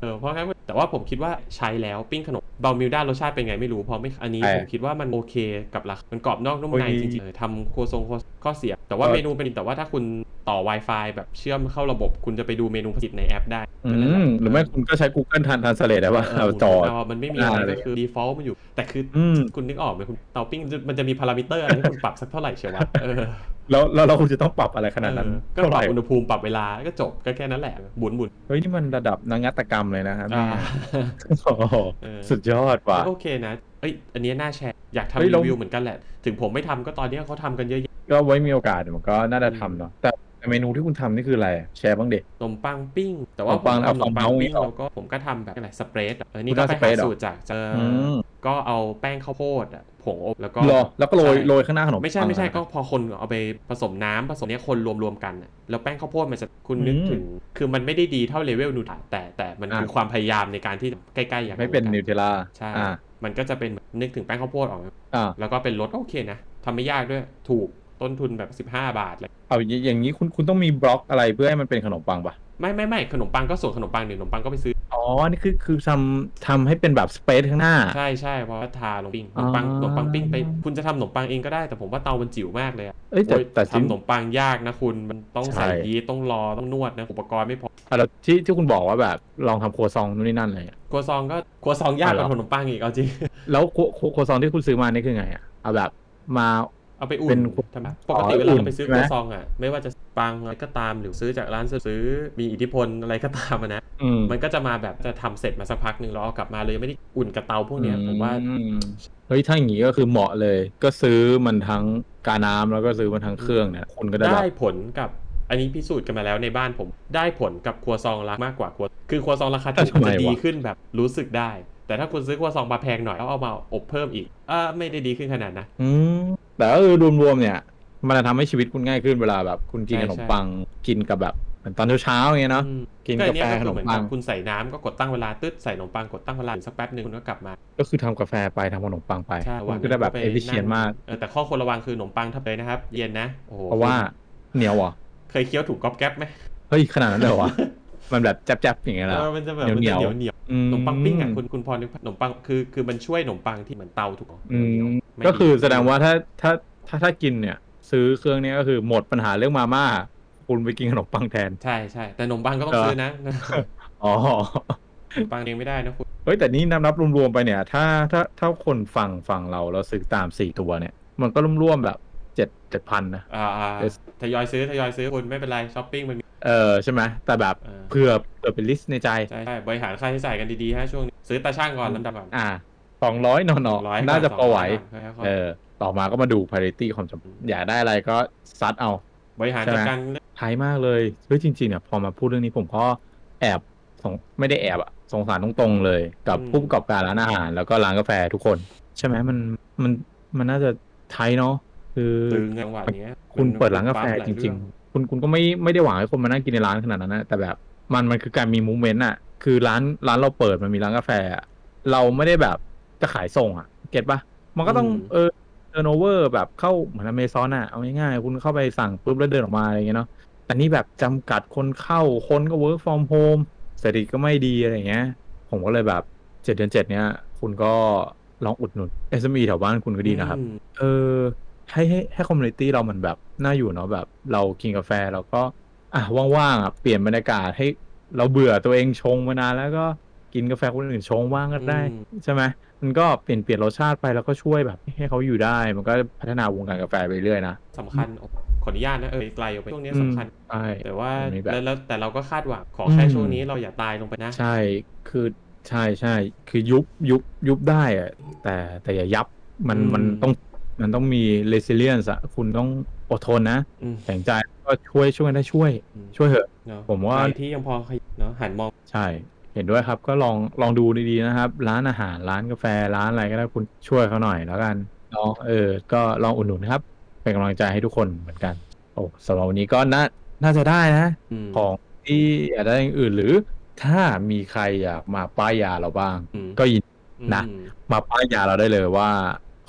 Speaker 3: เออเพราะงั้นแต่ว่าผมคิดว่าใช้แล้วปิ้งขนมบามิวด้ารสชาติเป็นไงไม่รู้เพราะไม่อันนี้
Speaker 2: ใช่
Speaker 3: ผมคิดว่ามันโอเคกับราคามันกรอบนอกนุ่มใน
Speaker 2: โอ้ย
Speaker 3: จริงๆเออทำโคทรงข้อเสีย แต่ว่า
Speaker 2: เออ
Speaker 3: เมนูเป็นแต่ว่าถ้าคุณต่อ Wi-Fi แบบเชื่อมเข้าระบบ คุณจะไปดูเมนูผลิตในแอปได้
Speaker 2: อื
Speaker 3: ก็นั่นแหละ
Speaker 2: ม หรือไม่คุณก็ใช้ Google ทันทันสเลดได้ป่ะ
Speaker 3: เ
Speaker 2: เอาจอ
Speaker 3: เอามันไม่มีอะไร
Speaker 2: อ่า
Speaker 3: ก็คือ default มันอยู่ แต่คืออ
Speaker 2: อืม
Speaker 3: คุณนึกออกไหมคุณเตาปิ้งมันจะมีพารามิเตอร์อะไรให้คุณปรับสักเท่าไหร่เชียววะเออ
Speaker 2: แล้วแล้วเราคุณจะต้องปรับอะไรขนาดนั้น
Speaker 3: เออก็
Speaker 2: เท่า
Speaker 3: ป
Speaker 2: ไห
Speaker 3: รับ
Speaker 2: ร่
Speaker 3: อุณหภูมิปรับเวลาก็จบก็แค่นั้นแหละบุญบุญ
Speaker 2: เฮ้ย นี่มันระดับนวัตกรรมเลยนะฮะ
Speaker 3: อ่า
Speaker 2: โอ้โห
Speaker 3: เออ
Speaker 2: สุดยอดว่ะ
Speaker 3: โอเคนะ เอ้ย อันนี้น่าแชร์ อยากทำ
Speaker 2: เฮ้ย
Speaker 3: รี
Speaker 2: เรา
Speaker 3: วิวเหมือนกันแหละ ถึงผมไม่ทำก็ตอนนี้เขาทำกันเยอะแยะ
Speaker 2: ก็ไว้มีโอกาสเดี๋ยวมันก็น่าจะทำเนาะ แต่แต่เมนูที่คุณทำนี่คืออะไร แชร์บ้างเด็ก
Speaker 3: ขนมปังปิ้ง แต่ว่า
Speaker 2: ขนมปัง
Speaker 3: ผ
Speaker 2: เอา
Speaker 3: ทำขนมปัง
Speaker 2: ความเมาส์
Speaker 3: ปิ้ง
Speaker 2: อย่างนี้หรอ
Speaker 3: แล้วก็ผมก็ทำแบบอะไรสเปรดเออนี่
Speaker 2: คุณ
Speaker 3: ก็ไป
Speaker 2: ทำสเปร
Speaker 3: หา
Speaker 2: ดเหรอ
Speaker 3: สูตรจากเจออ
Speaker 2: ม
Speaker 3: ก็เอาแป้งข้าวโพดอะผงอบแล้วก็
Speaker 2: หรอ แล้วก็โรย
Speaker 3: ใช่
Speaker 2: โรยข้างหน้าขนม
Speaker 3: ไม่ใช่
Speaker 2: ปัง
Speaker 3: ไม่ใช่
Speaker 2: เหรอ
Speaker 3: ก็พอคนเอาไปผสมน้ำผสมเนี้ยคนรวมๆกันอะแล้วแป้งข้าวโพดมันจะคุณนึก
Speaker 2: อืม
Speaker 3: ถึง คือมันไม่ได้ดีเท่าเลเวลนูตาแต่แต่มัน
Speaker 2: อ่ะ
Speaker 3: คือความพยายามในการที่ใกล้ๆอย่าง
Speaker 2: ไม่เป็นนิวเทลล่า
Speaker 3: ใช่
Speaker 2: อ่า
Speaker 3: มันก็จะเป็นแบบนึกถึงแป้งข้าวโพดออกมา
Speaker 2: อ่า
Speaker 3: แล้วก็เป็นรถโอเคนะทำไม่ยากด้วยถูกต้นทุนแบบ 15 บาทเลย
Speaker 2: เอาอย่างอย่างนี้คุณคุณต้องมีบล็อกอะไรเพื่อให้มันเป็นขนมปังปะ
Speaker 3: ไม่ไม่ไม่ขนมปังก็ส่วนขนมปังหนึ่งขนมปังก็ไปซื้อ
Speaker 2: อ๋อ นี่คือคือทำทำให้เป็นแบบสเปซข้างหน้า
Speaker 3: ใช่ใช่เพราะว่าทาลงปิ้งข
Speaker 2: อ๋
Speaker 3: น
Speaker 2: อ
Speaker 3: มปังขนมปังปิ้งไป คุณจะทำขนมปังเองก็ได้แต่ผมว่าเตามันจิ๋วมากเลยอะ
Speaker 2: เอ้ยแต่
Speaker 3: โอ้ย
Speaker 2: แต่จริง
Speaker 3: ทำขนมปังยากนะคุณมันต้องใส่
Speaker 2: ใช่
Speaker 3: ยีสต์ต้องรอต้องนวดนะอุปกรณ์ไม่พอ
Speaker 2: อ่ะแล้วที่ที่คุณบอกว่าแบบลองทำครัวซองนู่นนี่นั่นอะไรเลย
Speaker 3: ครัวซองก็ครัวซองยากก
Speaker 2: อ๋
Speaker 3: ว่า
Speaker 2: อเหรอ
Speaker 3: ขนมปังอีกเอาจริง *laughs*
Speaker 2: แล้วครัวครัวครัวซองที่คุณซื้อมานี่คือไงอ่ะเอาแบบมา
Speaker 3: เอาไปอุ่
Speaker 2: เป็น น
Speaker 3: ทำไม
Speaker 2: อ๋
Speaker 3: ป
Speaker 2: อก
Speaker 3: ติเวลา
Speaker 2: อุ่น
Speaker 3: เราไปซื้อ
Speaker 2: ใช่
Speaker 3: ค
Speaker 2: ไหม
Speaker 3: รัวซองอ่ะไม่ว่าจะปังอะไรก็ตามหรือซื้อจากร้านสะดวกซื้อมีอิทธิพลอะไรก็ตามอะนะ
Speaker 2: อืม
Speaker 3: มันก็จะมาแบบจะทำเสร็จมาสักพักหนึ่งแล้วเอากลับมาเลยไม่ได้อุ่นกระเตาพวกเนี้ยผมว่า
Speaker 2: อืมเฮ้ยถ้าอย่างนี้ก็คือเหมาะเลย ก็ซื้อมันทั้งกาน้ำแล้วก็ซื้อมันทั้งเครื่องเนี่ยคุณก็ได้
Speaker 3: ได้
Speaker 2: รับ
Speaker 3: ผลกับอันนี้พิสูจน์กันมาแล้วในบ้านผมได้ผลกับครัวซองราคามากกว่าครัวคือครัวซองราคาถูก
Speaker 2: ทำไม
Speaker 3: จะดี
Speaker 2: วะ
Speaker 3: ขึ้นแบบรู้สึกได้ แต่ถ้าคุณซื้อครัวซองมาแพงหน่อยแล้วเอามาอบเพิ่มอีกเออไม่ได้ดีขึ้นขนาดนะ
Speaker 2: อืมแต่ก็คือรวมๆเนี่ย มันจะทำให้ชีวิตคุณง่ายขึ้นเวลาแบบ คุณกิน
Speaker 3: ใช่
Speaker 2: ขนมปังกินกับแบบ เหมือนตอนเช้าๆอย่างเงี้ยเนาะ
Speaker 3: อืม
Speaker 2: กิน
Speaker 3: อัเย
Speaker 2: กาแฟ
Speaker 3: คือเหมือนกั
Speaker 2: ขนมปั
Speaker 3: บ
Speaker 2: ง
Speaker 3: คุณใส่น้ำก็กดตั้งเวลาตึ๊ดใส่ขนมปังกดตั้งเวลาสักแป๊บหนึ่งคุณก็กลับมา
Speaker 2: ก็คือทำกาแฟไปทำขนมปังไป
Speaker 3: ใช่
Speaker 2: มันก็ได้แบบ
Speaker 3: ไป
Speaker 2: เอฟ i ิเชียน
Speaker 3: ง
Speaker 2: มาก
Speaker 3: เออแต่ข้อควรระวังคือขนมปังทับเลยนะครับ เย็นนะโอ้โห
Speaker 2: เพราะว่าเหนียวเหรอ
Speaker 3: เคยเคี้ยวถูกก๊อบแก๊บไหม
Speaker 2: เฮ้ย ขนาดนั้นเลยเหรอวะ มันแบบแจ๊บๆอย่างเงี้ยแล้
Speaker 3: เอ
Speaker 2: ว
Speaker 3: อมันจะแบบ
Speaker 2: เหนียว
Speaker 3: มันจะเหนียว
Speaker 2: เหนีย
Speaker 3: วเหนียวขนมปังปิ้งอ่ะคุณคุณพรนึกภาพขนมปังคือคือมันช่วยขนมปังที่เหมือนเตาถูกไหม
Speaker 2: อืม
Speaker 3: ไม่
Speaker 2: ก็คือแสดงว่าถ้าถ้าถ้าถ้ากินเนี่ย ซื้อเครื่องเนี้ยก็คือหมดปัญหาเรื่องมาม่า คุณไปกินขนมปังแทน
Speaker 3: ใช่ใช่แต่ขนมปังก็ต้อง
Speaker 2: เออ
Speaker 3: ซื้อนะ *laughs*
Speaker 2: อ๋อ
Speaker 3: ขนมปังเองไม่ได้นะคุณ
Speaker 2: เฮ้ยแต่นี่นับนับรวมๆไปเนี่ย ถ้าถ้าถ้าคนฟังฟังเราเราซื้อตามสี่ตัวเนี่ย มันก็รวมๆแบบเจ็ดเจ็ดพันนะ
Speaker 3: อ่าอ่าทยอยซื้อทยอยซื้อคุณไม่เป็นไรช้อปปิ้งมันมี
Speaker 2: เออใช่ไหมแต่แบบ
Speaker 3: เออ
Speaker 2: เผื่อเผื่อเป็นลิสต์ในใจ
Speaker 3: ใช่ใช่บริหารค่าใช้จ่ายกันดีๆฮะช่วงนี้ซื้อตาช่างก่อนลำดับก่อน
Speaker 2: อ่าสองร้อยนอน
Speaker 3: สองร้อย
Speaker 2: น่าจะพอไหว
Speaker 3: ก่น
Speaker 2: เออ ต่อมาก็มาดู parity ความจำอยากได้อะไรก็ซัดเอา
Speaker 3: บริหาร
Speaker 2: ใช่ไหม
Speaker 3: จัดการ
Speaker 2: ท้ายมากเลย เฮ้ยจริงๆเนี่ยพอมาพูดเรื่องนี้ผมก็แอบสงไม่ได้แอบอะสงสารตรงๆเลย กับผู้ประกอบการร้านอาหาร แล้วก็ร้านกาแฟทุกคน ใช่ไหมมันมันมันน่าจะไทยเนาะคือ
Speaker 3: ตึงจังหวะเนี้ย
Speaker 2: คุณ
Speaker 3: มัน
Speaker 2: เปิดร้านกาแฟ
Speaker 3: ปั๊บหลย
Speaker 2: จริง
Speaker 3: เอ
Speaker 2: ๆ คุณคุณก็ไม่ไม่ได้หวังให้คนมานั่งกินในร้านขนาดนั้นนะแต่แบบมันมันคือการมีมูเมนต์อะคือร้านร้านเราเปิดมันมีร้านกาแฟอะเราไม่ได้แบบจะขายส่งอะเก็ตปะมันก็ต้องเออเ u อ n o เวอร์แบบเข้าเหมือนอเมซอนอะเอาง่ายๆคุณเข้าไปสั่งปุ๊บแล้วเดินออกมาอะไรอย่างเงี้ยเนาะแต่นี่แบบจำกัดคนเข้าคนก็ work from home เศรษฐกิจก็ไม่ดีอะไรอย่างเงี้ย ผมก็เลยแบบเจ็ดเดือนเจ็ดเนี้ยคุณก็ลองอุดหนุน SME แถวบ้านคุณก็
Speaker 3: ง
Speaker 2: ดีนะครับ
Speaker 3: อืม
Speaker 2: เออให้ให้ให้คอมมูนิตี้เรามันแบบน่าอยู่เนาะแบบ เรากินกาแฟเราก็ อ่ะว่างๆอ่ะเปลี่ยนบรรยากาศให้เราเบื่อตัวเองชงมานานแล้วก็กินกาแฟคนอื่นชงว่างก็ได้ ใช่ไหมมันก็เปลี่ยนเปลี่ยนรสชาติไปแล้วก็ช่วยแบบให้เขาอยู่ได้ มันก็พัฒนาวงการกาแฟไปเรื่อยนะ
Speaker 3: สำคัญขออนุญาตนะเออไกลออกไปช่วงเนี้ยสำคัญ
Speaker 2: อืมใช่
Speaker 3: แต่ว่า
Speaker 2: มันมีแบบ
Speaker 3: แล้วแล้วแต่เราก็คาดหวังขอแค่
Speaker 2: อืม
Speaker 3: ช่วงนี้เราอย่าตายลงไปนะ
Speaker 2: ใช่คือใช่ใช่คือยุบยุบยุบได้อะแต่แต่อย่ายับมันมันต้องมันต้องมี resilience อะคุณต้องอดทนนะ
Speaker 3: อืม
Speaker 2: แข็งใจก็ช่วยช่วยกันได้ช่วย
Speaker 3: อืม
Speaker 2: ช่วยเถอะ
Speaker 3: เนอะ
Speaker 2: ผมว่า
Speaker 3: ใครที่ยังพอขยับเนาะหันมอง
Speaker 2: ใช่ เห็นด้วยครับก็ลองลองดูดีๆนะครับ ร้านอาหารร้านกาแฟร้านอะไรก็ได้คุณช่วยเขาหน่อยแล้วกันลองเออ ก็ลองอุดหนุนครับ เป็นกำลังใจให้ทุกคนเหมือนกัน โอ้สำหรับวันนี้ก็น่าน่าจะได้นะ
Speaker 3: ม
Speaker 2: ของที่อยากได้อย่างอื่นหรือ ถ้ามีใครอยากมาป้ายยาเราบ้าง
Speaker 3: อืม
Speaker 2: ก็ยิน นะ
Speaker 3: อืม
Speaker 2: มาป้ายยาเราได้เลยว่า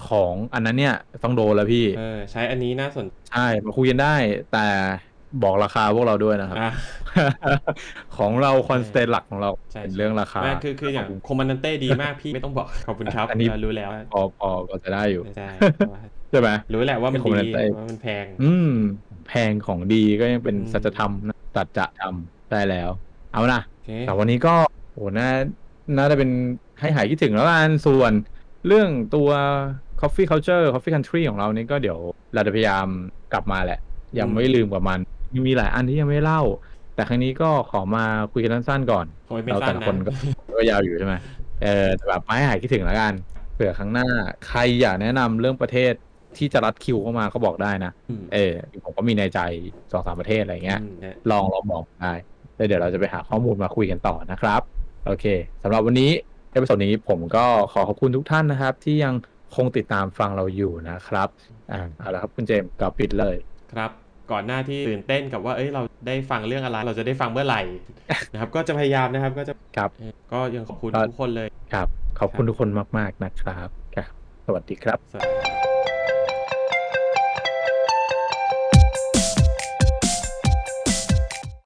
Speaker 2: ของอันนั้นเนี่ยต้องโดนแล้วพี่
Speaker 3: เออใช้อันนี้น่าสน
Speaker 2: ใช่มาคุยกันได้ แต่บอกราคาพวกเราด้วยนะครับ
Speaker 3: อ่ะ
Speaker 2: ของเราคอนสแตนหลักของเรา
Speaker 3: ใช่
Speaker 2: เป็นเรื่องราคา
Speaker 3: ไม่คือคืออย่างคอมมันเต้ดีมากพี่ไม่ต้องบอก *laughs* ขอบคุณครับ
Speaker 2: อันนี้
Speaker 3: เออรู้แล้ว
Speaker 2: พอพอก็จะได้อยู่
Speaker 3: ใช่ว่า
Speaker 2: ใช่ไหม
Speaker 3: รู้แหละว่ามันดี
Speaker 2: Comandante
Speaker 3: ว่ามันแพง
Speaker 2: อืม แพงของดีก็ยังเป็น
Speaker 3: อืม
Speaker 2: สัจธรรมนะสัจธรรมได้แล้ว เอานะ
Speaker 3: โอเค
Speaker 2: แต่วันนี้ก็โหน่าน่าจะเป็นให้หายคิดถึงแล้วกันส่วน เรื่องตัว coffee culture coffee country ของเรานี่ก็เดี๋ยวเราจะพยายามกลับมาแหละ ยัง
Speaker 3: อืม
Speaker 2: ไม่ลืมกับมัน มีหลายอันที่ยังไม่เล่า แต่ครั้งนี้ก็ขอมาคุยกันสั้นๆก่อน
Speaker 3: โอ้ยไม่
Speaker 2: เรา
Speaker 3: สั้
Speaker 2: แต่
Speaker 3: น
Speaker 2: ละ
Speaker 3: นะ
Speaker 2: คนก็ ก็ยาวอยู่ใช่ไหมเออแต่แบบไม่หายคิดถึงแล้วกัน เผื่อครั้งหน้าใครอยากแนะนำเรื่องประเทศที่จะรัดคิวเข้ามาก็บอกได้นะ
Speaker 3: อืม
Speaker 2: เออผมก็มีในใจสองสามประเทศอะไรเงี้ย
Speaker 3: อืมนะ
Speaker 2: ลองลองบอกได้แล้วเดี๋ยวเราจะไปหาข้อมูลมาคุยกันต่อนะครับ โอเคสำหรับวันนี้เอพิโซดนี้ผมก็ขอขอบคุณทุกท่านนะครับ ที่ยังคงติดตามฟังเราอยู่นะครับอ่าเอาละครับคุณเจมส์ก็ปิดเลย
Speaker 3: ครับ ก่อนหน้าที่ตื่นเต้นกับว่า เอ้ย เราได้ฟังเรื่องอะไร เราจะได้ฟังเมื่อไหร่ นะครับ ก็จะพยายามนะครับ ก็จะ
Speaker 2: ครับ
Speaker 3: เอ่อก็ยังขอบคุณ
Speaker 2: ครับ
Speaker 3: ทุกคนเลย
Speaker 2: ครับ ขอบคุณทุกคนมาก ๆ นะครับครับสวัสดีครับ
Speaker 3: สวัสดี